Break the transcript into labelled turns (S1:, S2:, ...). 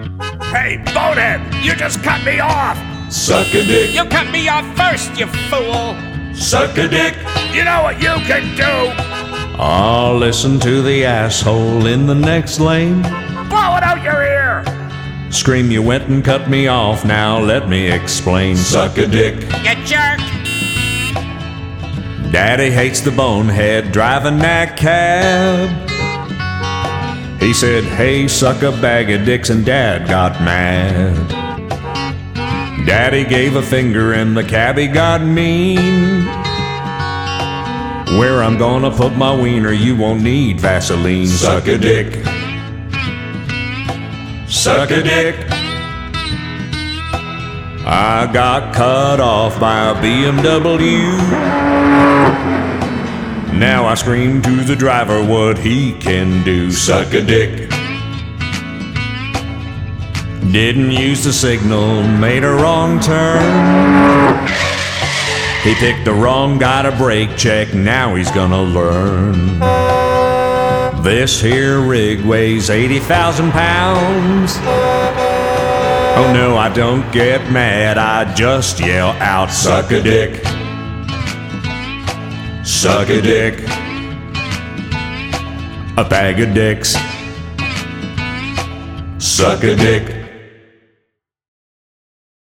S1: Hey, bonehead, you just cut me off.
S2: Suck a dick,
S3: You cut me off first, you fool!
S2: suck a dick.
S1: You know what you can do?
S2: I'll Ah, listen to the asshole in the next lane.
S1: Blow it out your ear.
S2: Scream, you went and cut me off. Now let me explain. Suck a dick.
S3: You jerk!
S2: Daddy hates the bonehead driving that cab. He said, Hey, suck a bag of dicks, and Dad got mad. Daddy gave a finger, and the cabbie got mean. Where I'm gonna put my wiener, you won't need Vaseline. Suck a dick. Suck a dick. I got cut off by a BMW. Now I scream to the driver what he can do. Suck a dick. Didn't use the signal, made a wrong turn. He picked the wrong guy to brake check, now he's gonna learn. This here rig weighs 80,000 pounds. Oh no, I don't get mad, I just yell out, suck a dick. Suck a dick. A bag of dicks. Suck a dick.